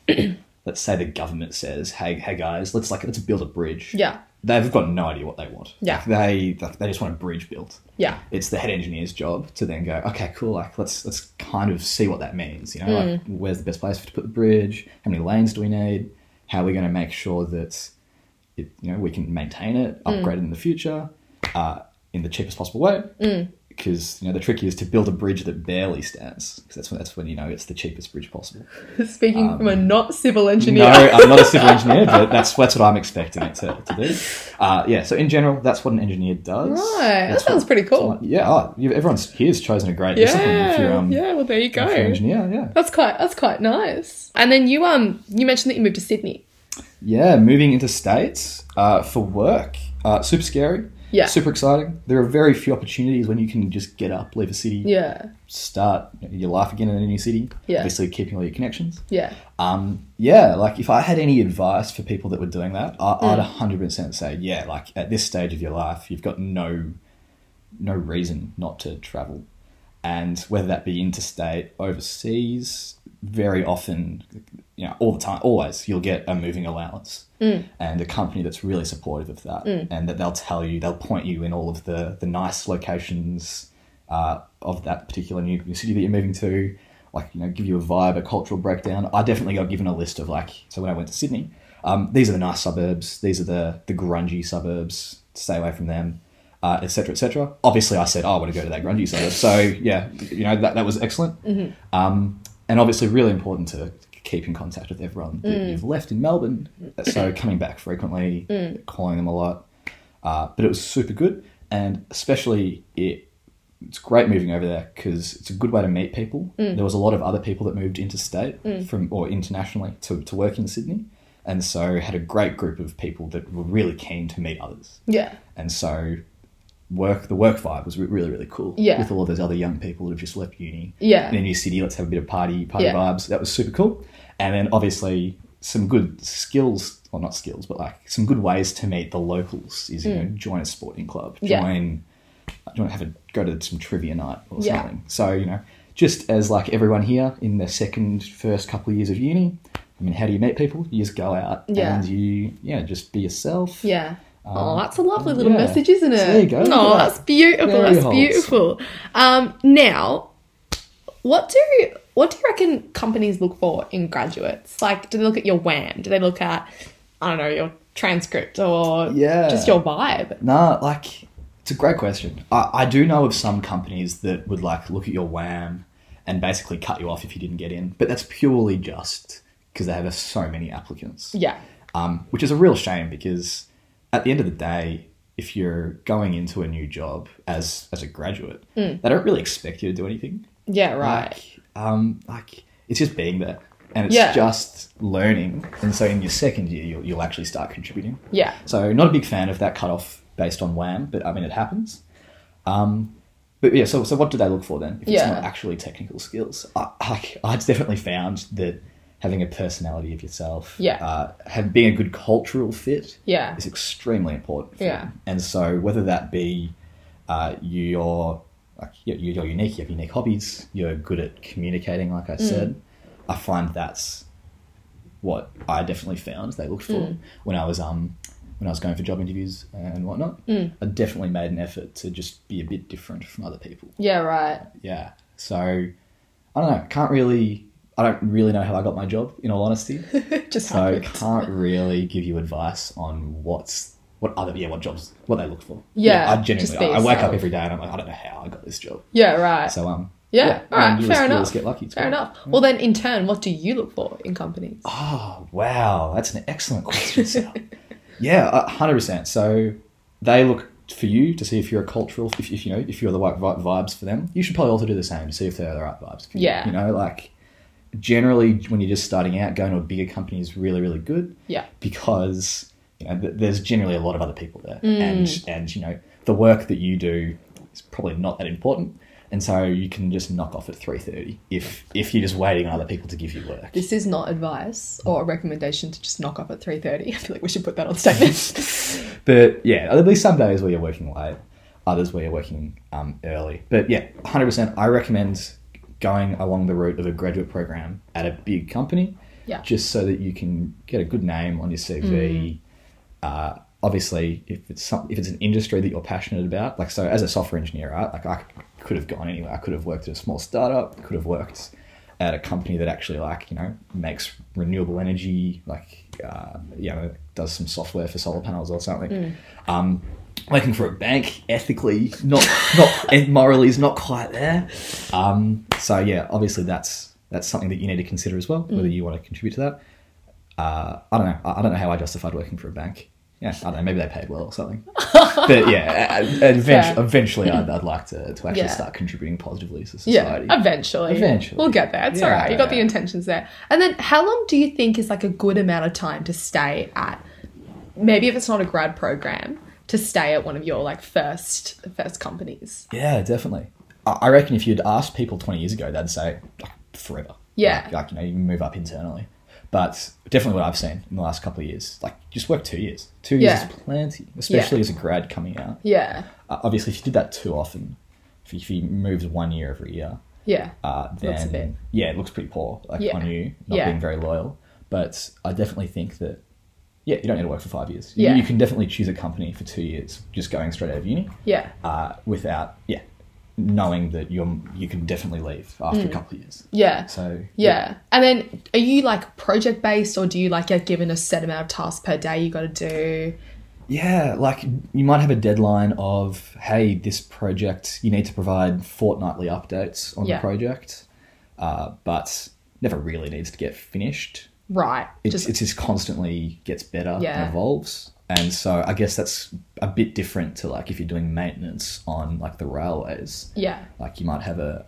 S7: let's say the government says, hey hey guys, let's like let's build a bridge.
S6: Yeah.
S7: They've got no idea what they want.
S6: Yeah.
S7: Like, they like, they just want a bridge built
S6: Yeah.
S7: it's the head engineer's job to then go, okay, cool, like let's let's kind of see what that means. You know, like
S6: Hmm.
S7: where's the best place to put the bridge? How many lanes do we need? How are we going to make sure that it, you know we can maintain it,
S6: Hmm.
S7: upgrade it in the future, uh, in the cheapest possible way?
S6: Hmm.
S7: Because you know the trick is to build a bridge that barely stands, because that's when that's when you know it's the cheapest bridge possible.
S6: (laughs) Speaking from a not civil engineer.
S7: No, I'm not a civil engineer, but that's that's what I'm expecting it to, to do. Uh, yeah, so in general, that's what an engineer does.
S6: Right,
S7: That's
S6: that sounds
S7: what-
S6: pretty cool.
S7: Yeah, oh, you, everyone's here's chosen a great discipline if you're
S6: Yeah,
S7: um,
S6: yeah. Well, there you
S7: if you're an
S6: go.
S7: engineer. Yeah,
S6: That's quite that's quite nice. And then you um you mentioned that you moved to Sydney.
S7: yeah. Moving into states uh, for work, uh, super scary.
S6: Yeah.
S7: super exciting. There are very few opportunities when you can just get up, leave a city,
S6: Yeah,
S7: start your life again in a new city.
S6: Yeah.
S7: obviously keeping all your connections.
S6: yeah,
S7: Um, yeah, like if I had any advice for people that were doing that, I,
S6: Mm.
S7: I'd hundred percent say, yeah, like at this stage of your life, you've got no, no reason not to travel, and whether that be interstate, overseas, very often, you know, all the time, always, you'll get a moving allowance and a company that's really supportive of that, and that they'll tell you, they'll point you in all of the the nice locations uh, of that particular new, new city that you're moving to, like you know, give you a vibe, a cultural breakdown. I definitely got given a list of like, so when I went to Sydney, um, these are the nice suburbs, these are the the grungy suburbs, stay away from them, etc. Uh, etc. Cetera, et cetera. Obviously, I said oh, I want to go to that grungy suburb, so yeah, you know that that was excellent, um, and obviously really important to keep in contact with everyone that you've left in Melbourne. Uh, So coming back frequently, calling them a lot. Uh, but it was super good, and especially it it's great moving over there because it's a good way to meet people. There was a lot of other people that moved interstate from or internationally to, to work in Sydney, and so had a great group of people that were really keen to meet others.
S6: yeah.
S7: And so work the work vibe was re- really really cool
S6: Yeah.
S7: with all of those other young people that have just left uni
S6: Yeah.
S7: in a new city let's have a bit of party party
S6: Yeah.
S7: vibes that was super cool and then obviously some good skills well not skills but like some good ways to meet the locals is you know join a sporting club
S6: Hmm. Yeah.
S7: join do you want to have a go to some trivia night or
S6: Yeah.
S7: something so you know just as like everyone here in the second first couple of years of uni i mean how do you meet people you just go out
S6: Yeah.
S7: and you yeah just be yourself
S6: Yeah. oh, that's a lovely little
S7: Um, yeah.
S6: message, isn't it?
S7: So there you go, look at
S6: Oh,
S7: that.
S6: that's beautiful.
S7: Very
S6: that's
S7: wholesome.
S6: beautiful. Um, now, what do what do you reckon companies look for in graduates? Like, do they look at your wham? Do they look at I don't know your transcript or
S7: Yeah.
S6: just your vibe?
S7: Nah, like it's a great question. I, I do know of some companies that would like look at your wham and basically cut you off if you didn't get in, but that's purely just because they have so many applicants.
S6: Yeah.
S7: Um, which is a real shame because at the end of the day, if you're going into a new job as as a graduate, they don't really expect you to do anything.
S6: Yeah. Right.
S7: Like, um, like it's just being there. And it's
S6: Yeah.
S7: just learning. And so in your second year, you'll, you'll actually start contributing.
S6: Yeah.
S7: So not a big fan of that cutoff based on wham, but I mean it happens. Um, but yeah, so so what do they look for then? If
S6: Yeah.
S7: it's not actually technical skills, I, I, I've definitely found that having a personality of yourself,
S6: Yeah.
S7: uh, have being a good cultural fit,
S6: Yeah.
S7: is extremely important. for
S6: Yeah.
S7: them. and so whether that be uh, you're like you're, you're unique, you have unique hobbies, you're good at communicating, like I said, I find that's what I definitely found they looked for when I was um when I was going for job interviews and whatnot. I definitely made an effort to just be a bit different from other people.
S6: Yeah. Right. (laughs)
S7: Yeah. So I don't know. Can't really. I don't really know how I got my job. In all honesty,
S6: Just
S7: so I
S6: happened.
S7: can't really give you advice on what's what other yeah what jobs what they look for.
S6: Yeah,
S7: I
S6: just
S7: genuinely
S6: be
S7: I, I wake
S6: yourself.
S7: up every day and I'm like I don't know how I got this job.
S6: Yeah. Right.
S7: So um
S6: Yeah, all right,
S7: and you
S6: fair
S7: just, You
S6: enough.
S7: just get lucky. It's
S6: Fair
S7: great.
S6: enough. Well, then, in turn, what do you look for in companies?
S7: Oh, wow. That's an excellent question, Sal. yeah, a 100%. So they look for you to see if you're a cultural, if, if you know, if you're the right vi- vibes for them. You should probably also do the same to see if they're the right vibes for you.
S6: Yeah.
S7: You know, like generally when you're just starting out, going to a bigger company is really, really good
S6: Yeah.
S7: because you know, th- there's generally a lot of other people there,
S6: Mm.
S7: and and you know the work that you do is probably not that important, and so you can just knock off at three thirty if if you're just waiting on other people to give you work.
S6: This is not advice or a recommendation to just knock up at three thirty. (laughs) I feel like we should put that on
S7: (laughs)
S6: statement.
S7: But yeah, there'll be some days where you're working late, others where you're working um, early. But yeah, 100%. I recommend going along the route of a graduate program at a big company,
S6: Yeah.
S7: just so that you can get a good name on your CV. Uh, obviously, if it's some, if it's an industry that you're passionate about, like so, as a software engineer, right? Like I c- could have gone anywhere. I could have worked at a small startup. Could have worked at a company that actually like you know makes renewable energy, like uh, you know does some software for solar panels or something. Um, working for a bank ethically not not and morally is not quite there um, so yeah obviously that's that's something that you need to consider as well whether you want to contribute to that uh, i don't know I, I don't know how i justified working for a bank yeah i don't know maybe they paid well or
S6: (laughs)
S7: something but yeah e- e- eventually, eventually I'd, I'd like to, to actually
S6: Yeah.
S7: start contributing positively to
S6: yeah,
S7: society
S6: eventually,
S7: Eventually.
S6: we'll get there. It's
S7: Yeah,
S6: all right. You got
S7: yeah.
S6: the intentions there. And then, how long do you think is like a good amount of time to stay at? Maybe if it's not a grad program, to stay at one of your like first first companies.
S7: Yeah, definitely. I I reckon if you'd asked people 20 years ago, they'd say like, forever.
S6: Yeah.
S7: Like, like, you know, you move up internally. But definitely what I've seen in the last couple of years, like just work two years. Two years
S6: Yeah.
S7: is plenty, especially as a grad coming out.
S6: Yeah,
S7: Uh, obviously, if you did that too often, if you, if you moved one year every year,
S6: yeah,
S7: uh, then
S6: Looks a bit-
S7: yeah, it looks pretty poor like
S6: Yeah.
S7: on you, not
S6: Yeah.
S7: being very loyal. But I definitely think that yeah, you don't need to work for five years. You-
S6: Yeah.
S7: You, can definitely choose a company for two years, just going straight out of uni
S6: yeah,
S7: uh, without yeah knowing that you're you can definitely leave after a couple of years.
S6: Mm. yeah.
S7: So
S6: Yeah. And then are you like project based or do you like get given a set amount of tasks per day you got to do?
S7: yeah, like you might have a deadline of hey, this project you need to provide fortnightly updates on
S6: Yeah.
S7: the project, uh, but never really needs to get finished.
S6: Right.
S7: It's
S6: just
S7: it's just constantly gets better
S6: Yeah.
S7: and evolves. And so I guess that's a bit different to like if you're doing maintenance on like the railways.
S6: yeah.
S7: like you might have a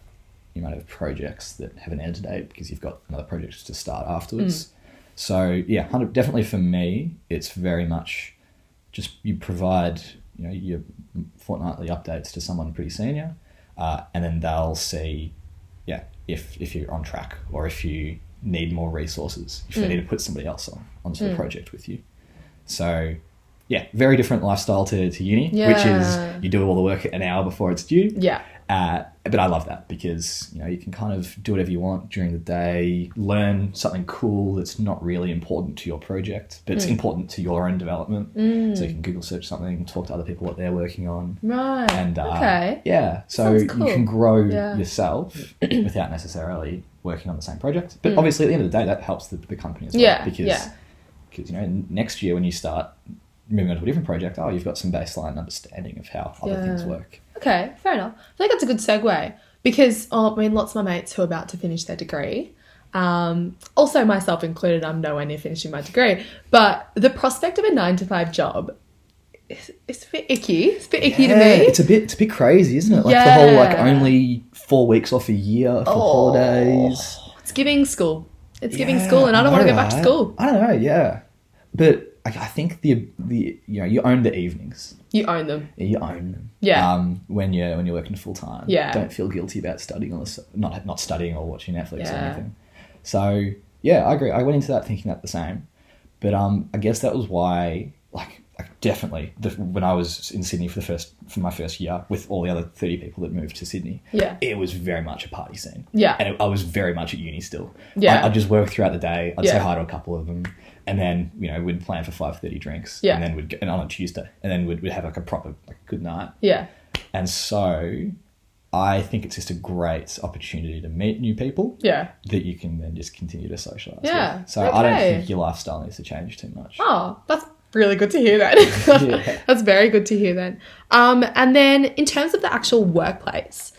S7: you might have projects that have an end date because you've got another project to start afterwards so yeah 100 definitely for me it's very much just you provide you know your fortnightly updates to someone pretty senior, uh, and then they'll see, yeah, if if you're on track or if you need more resources, if they need to put somebody else on onto the project with you. So, yeah, very different lifestyle to to uni, which
S6: Yeah.
S7: is you do all the work an hour before it's due.
S6: Yeah.
S7: Uh, but I love that because you know you can kind of do whatever you want during the day, learn something cool that's not really important to your project, but it's
S6: Hmm.
S7: important to your own development. So you can Google search something, talk to other people what they're working on,
S6: Right.
S7: and uh,
S6: okay.
S7: yeah, so
S6: Sounds
S7: you
S6: cool.
S7: can grow
S6: Yeah. (clears throat)
S7: yourself without necessarily working on the same project. But obviously, at the end of the day, that helps the, the company as well
S6: Hmm. Yeah,
S7: because
S6: yeah.
S7: because you know n- next year when you start moving on to a different project, oh, you've got some baseline understanding of how other
S6: Yeah.
S7: things work.
S6: Okay, fair enough. I think that's a good segue because oh, I mean, lots of my mates who are about to finish their degree, um, also myself included, I'm nowhere near finishing my degree, but the prospect of a nine to five job is, is a bit icky. It's a bit icky to me.
S7: it's a bit it's a bit crazy, isn't it? Like the whole like
S6: Yeah.
S7: only four weeks off a year for holidays.
S6: It's giving school. It's giving school, and I don't want to go back to school.
S7: I don't know. Yeah, but I, I think the the you know you own the evenings.
S6: You own them.
S7: you own them.
S6: Yeah.
S7: Um, when you're when you're working full time.
S6: Yeah.
S7: Don't feel guilty about studying or s- not not studying or watching Netflix or
S6: Yeah.
S7: anything. So yeah, I agree. I went into that thinking that the same, but um, I guess that was why like I definitely the, when I was in Sydney for the first for my first year with all the other thirty people that moved to Sydney.
S6: Yeah.
S7: It was very much a party scene.
S6: Yeah.
S7: And it, I was very much at uni still.
S6: Yeah.
S7: I, I'd just work throughout the day. I'd say
S6: Yeah.
S7: hi to a couple of them. And then you know we'd plan for five thirty drinks,
S6: Yeah.
S7: and then we'd go, and on a Tuesday, and then we'd, we'd have like a proper like good night,
S6: Yeah.
S7: and so I think it's just a great opportunity to meet new people
S6: Yeah.
S7: that you can then just continue to socialize.
S6: Yeah,
S7: With. So I don't
S6: okay.
S7: think your lifestyle needs to change too much.
S6: Oh, that's really good to hear (laughs) that.
S7: Yeah.
S6: that's very good to hear then. Um, and then in terms of the actual workplace,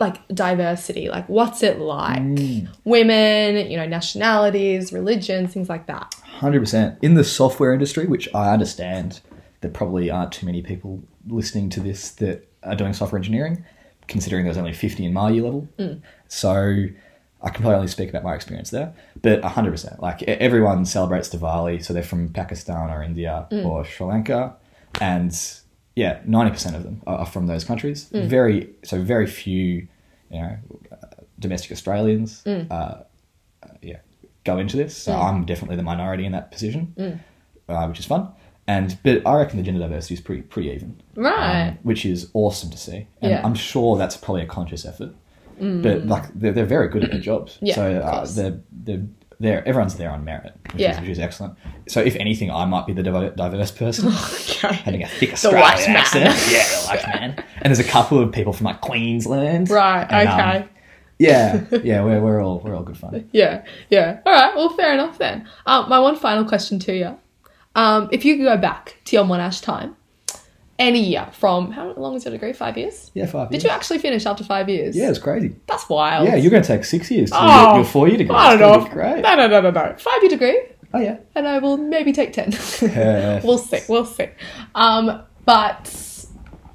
S6: like diversity, like what's it like?
S7: Mm.
S6: Women, you know, nationalities, religions, things like that.
S7: Hundred percent in the software industry, which I understand there probably aren't too many people listening to this that are doing software engineering, considering there's only fifty in my year level. So I can probably only speak about my experience there, but hundred percent, like e- everyone celebrates Diwali, so they're from Pakistan or India or Sri Lanka, and yeah, ninety percent of them are are from those countries. Very so very few, you know, uh, domestic Australians. Uh, yeah, go into this.
S6: Mm.
S7: So I'm definitely the minority in that position, uh, which is fun. And but I reckon the gender diversity is pretty pretty even,
S6: Right.
S7: um, which is awesome to see. And
S6: Yeah. Mm.
S7: I'm sure that's probably a conscious effort. But like they're, they're very good at their jobs,
S6: Yeah,
S7: so
S6: of
S7: uh,
S6: course.
S7: they're they're they're everyone's there on merit, which,
S6: Yeah.
S7: is, which is excellent. So if anything, I might be the diver- diverse
S6: (laughs)
S7: person, having a thick
S6: The white
S7: Australian
S6: man.
S7: accent.
S6: (laughs)
S7: yeah, the white man. And there's a couple of people from like Queensland,
S6: Right,
S7: And, um,
S6: okay.
S7: yeah, yeah, we're we're all we're all good fun.
S6: yeah, yeah. All right, well, fair enough then. Um, my one final question to you. Um, if you could go back to your Monash time, any year from, how long was your degree? Five years?
S7: Yeah, five.
S6: Did
S7: years.
S6: you actually finish after five years?
S7: Yeah, it's crazy.
S6: That's wild.
S7: Yeah, you're going to take six years to
S6: Oh,
S7: your, your four year degree.
S6: I
S7: It's gonna
S6: don't know.
S7: be Great.
S6: No, no, no, no, no. Five year degree,
S7: Oh, yeah.
S6: and I will maybe
S7: (laughs)
S6: take ten.
S7: Perfect.
S6: we'll see. We'll see. Um, but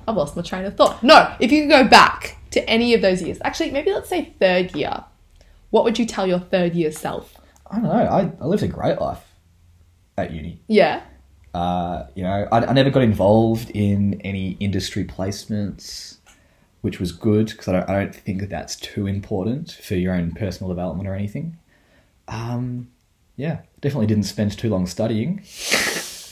S6: I've lost my train of thought. No, if you could go back to any of those years, actually, maybe let's say third year. What would you tell your third year self?
S7: I don't know. I, I lived a great life at uni.
S6: Yeah,
S7: Uh, you know, I, I never got involved in any industry placements, which was good because I don't, I don't think that that's too important for your own personal development or anything. Um, yeah, definitely didn't spend too long studying.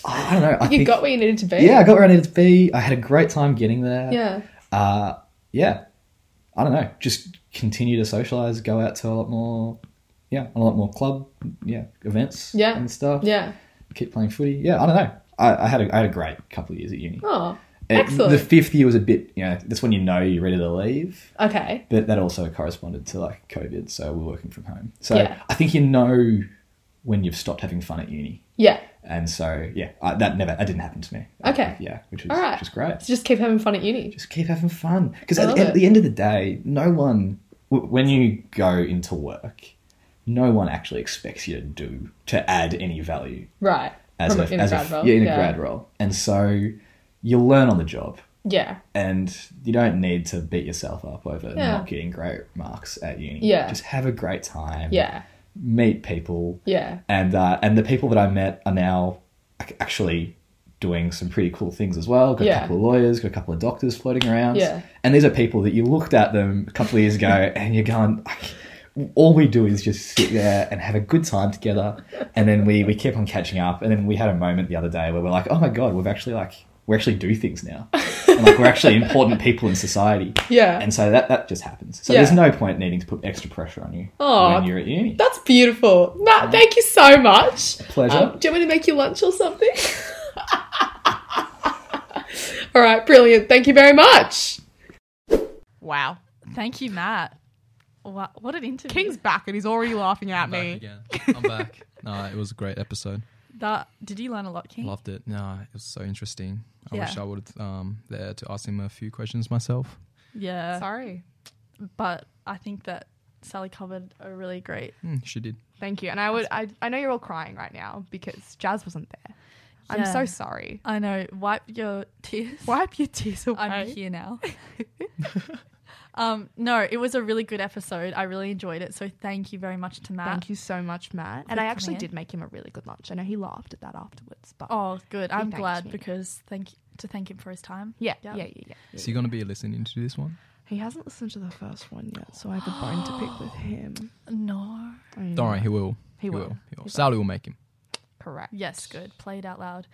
S7: I, I don't know. I
S6: you
S7: think,
S6: got where you needed to be.
S7: yeah, I got where I needed to be. I had a great time getting there.
S6: yeah,
S7: uh, yeah, I don't know. Just continue to socialize, go out to a lot more, yeah, a lot more club, yeah, events,
S6: Yeah.
S7: and stuff.
S6: yeah.
S7: keep playing footy. Yeah, I don't know. I, I had a I had a great couple of years at uni.
S6: Oh,
S7: It-
S6: excellent.
S7: the fifth year was a bit, you know, that's when you know you're ready to leave.
S6: okay.
S7: But that also corresponded to like COVID, so we're working from home. So
S6: Yeah.
S7: I think you know when you've stopped having fun at uni,
S6: Yeah.
S7: and so yeah, I, that never that didn't happen to me.
S6: Okay.
S7: yeah, which was
S6: All right.
S7: which was great
S6: So just keep having fun at uni.
S7: just keep having fun because
S6: I
S7: at,
S6: love
S7: at
S6: it.
S7: the end of the day no one w- when you go into work no one actually expects you to do to add any value
S6: Right.
S7: as
S6: From-
S7: a,
S6: in a
S7: as
S6: grad role.
S7: yeah in
S6: Yeah.
S7: a grad role and so you learn on the job
S6: Yeah.
S7: and you don't need to beat yourself up over
S6: Yeah.
S7: not getting great marks at uni
S6: Yeah.
S7: just have a great time
S6: Yeah.
S7: meet people
S6: Yeah.
S7: and uh, and the people that I met are now ac- actually doing some pretty cool things as well. Got
S6: Yeah.
S7: a couple of lawyers, got a couple of doctors floating around.
S6: Yeah.
S7: And these are people that you looked at them a couple of years ago
S6: (laughs)
S7: and you're going, all we do is just sit there and have a good time together. And then we, we keep on catching up. And then we had a moment the other day where we're like, oh my God, we've actually like, we actually do things
S6: (laughs)
S7: now. and like, we're actually important people in society.
S6: Yeah.
S7: And so that, that just happens. So
S6: Yeah.
S7: there's no point needing to put extra pressure on you
S6: Aw.
S7: when you're at uni.
S6: That's beautiful. Matt, thank you so much.
S7: Pleasure.
S6: do you want me to make you lunch or something? (laughs) All right, brilliant. Thank you very much.
S2: Wow.
S3: Thank you, Matt. What, what an interview.
S2: King's back and he's already laughing at me.
S4: Back again. I'm (laughs) back. No, it was a great episode.
S3: That, did you learn a lot, King?
S4: Loved it. No, it was so interesting. I wish
S3: Yeah.
S4: I would um there to ask him a few questions myself.
S3: Yeah.
S2: Sorry.
S3: But I think that Sally covered a really great.
S4: Mm, she did.
S2: Thank you. And I would I, I know you're all crying right now because Jazz wasn't there. I'm
S3: Yeah.
S2: so sorry.
S3: I know. Wipe your (laughs) tears.
S2: Wipe your tears
S3: (laughs)
S2: away.
S3: I'm here
S2: (laughs)
S3: now. um, no, it was a really good episode. I really enjoyed it. So thank you very much to Matt.
S2: Thank you so much, Matt. And I
S3: coming
S2: actually
S3: in.
S2: did make him a really good lunch. I know he laughed at that afterwards, but
S3: Oh, good. I'm
S2: thanked
S3: glad
S2: me.
S3: because thank to thank him for his time.
S2: yeah,
S3: Yeah.
S2: yeah, yeah, yeah. yeah.
S4: Is he gonna be listening to this one?
S2: He hasn't listened to the first one yet, so I have a bone to
S3: (gasps)
S2: pick with him.
S3: No.
S2: I
S4: Don't worry, he will.
S2: Mm. He will.
S4: He will. Sally
S2: (laughs)
S4: will make him.
S2: Correct.
S3: Yes, good. Play it out loud.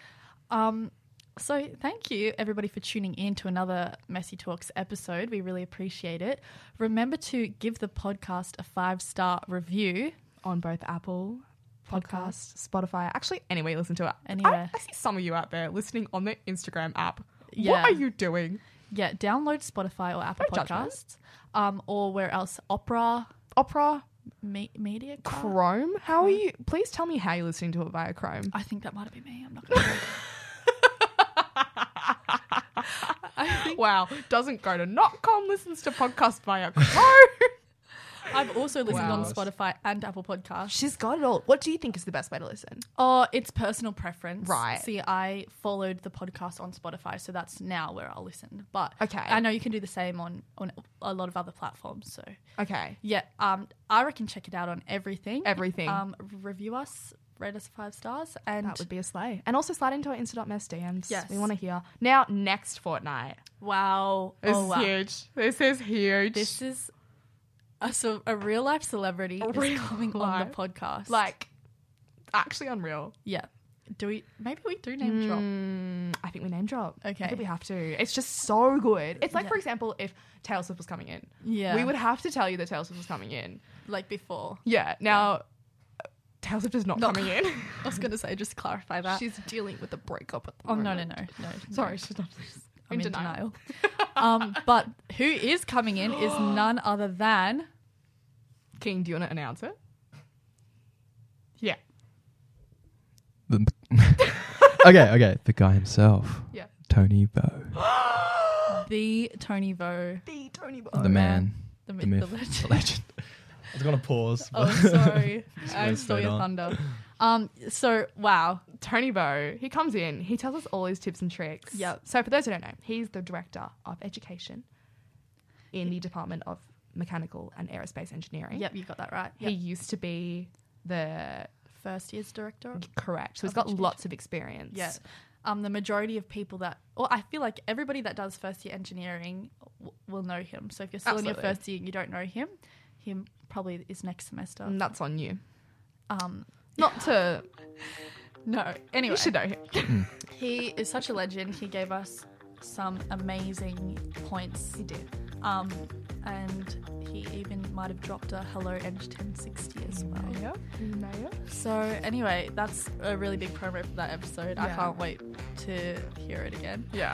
S3: Um, so thank you everybody for tuning in to another Messy Talks episode. We really appreciate it. Remember to give the podcast a five star review.
S2: On both Apple
S3: Podcast.
S2: Podcast, Spotify, actually anywhere you listen to it.
S3: Anywhere.
S2: I, I see some of you out there listening on the Instagram app.
S3: Yeah.
S2: What are you doing?
S3: Yeah, download Spotify or Apple
S2: No judgment.
S3: Podcasts, um, or where else? Opera,
S2: Opera,
S3: me- Media. Car?
S2: Chrome? How are you? Please tell me how you're listening to it via Chrome.
S3: I think that might have been me. I'm not gonna. I think
S2: (laughs) Wow, doesn't go to Notcom, listens to podcast via Chrome.
S3: (laughs)
S2: (laughs)
S3: I've also listened
S4: Wow.
S3: on Spotify and Apple Podcasts.
S2: She's got it all. What do you think is the best way to listen?
S3: Oh, it's personal preference.
S2: Right.
S3: See, I followed the podcast on Spotify, so that's now where I'll listen. But
S2: Okay.
S3: I know you can do the same on on a lot of other platforms. So
S2: Okay.
S3: yeah, um, I reckon check it out on everything.
S2: Everything.
S3: Um, review us, rate us five stars, and
S2: That would be a slay. And also slide into our Insta.mess DMs.
S3: Yes.
S2: We want to hear. Now, next fortnight.
S3: wow,
S2: This
S3: oh
S2: is
S3: wow,
S2: huge. This is huge.
S3: this is a, so a real life celebrity
S2: A
S3: is
S2: real
S3: coming on the
S2: life.
S3: podcast.
S2: like actually unreal.
S3: yeah, do we? Maybe we do name drop.
S2: Mm, I think we name drop. I
S3: Okay.
S2: think we have to. It's just so good. It's like,
S3: Yeah.
S2: for example, if Taylor Swift was coming in,
S3: Yeah,
S2: we would have to tell you that Taylor Swift was coming in.
S3: like before.
S2: Yeah. Now, uh, Taylor Swift is not,
S3: Not-
S2: coming in. (laughs)
S3: I was gonna say just clarify (laughs) that.
S2: she's dealing with a breakup at the
S3: Oh no no
S2: moment.
S3: no (laughs) no!
S2: Sorry, she's not.
S3: I'm in, (laughs) denial. um, but who is coming in is none other than
S2: King, do you want to announce it? Yeah.
S4: The- okay, okay. The guy himself.
S2: Yeah. Oh, (gasps)
S4: Tony Bow.
S3: the Tony Vo,
S2: The Tony Bo.
S4: the man.
S3: the
S4: The
S3: myth,
S4: myth.
S3: the legend. (laughs)
S4: The legend. I was gonna pause.
S3: Oh,
S4: (laughs)
S3: sorry, I
S4: went
S3: stole
S4: straight
S3: your
S4: on.
S3: thunder. Um, so wow,
S2: Tony Bo, he comes in, he tells us all his tips and tricks.
S3: Yep.
S2: So, for those who don't know, he's the director of education in the Department of Mechanical and Aerospace Engineering.
S3: yep, you got that right.
S2: He used to be the
S3: First year's director.
S2: correct. So, he's
S3: Of
S2: got
S3: education.
S2: lots of experience.
S3: Yeah. Um, the majority of people that, or I feel like everybody that does first year engineering w- will know him. So if you're still in your
S2: Absolutely.
S3: first year and you don't know him, him probably is next semester.
S2: And that's on you.
S3: Um,
S2: Not to.
S3: no. Anyway,
S2: You should know him.
S3: He is such a legend. He gave us some amazing points. He did. Um, and he even might have dropped a hello Eng 1060 as well. So anyway, that's a really big promo for that episode. I
S2: Yeah.
S3: can't wait to hear it again.
S2: Yeah.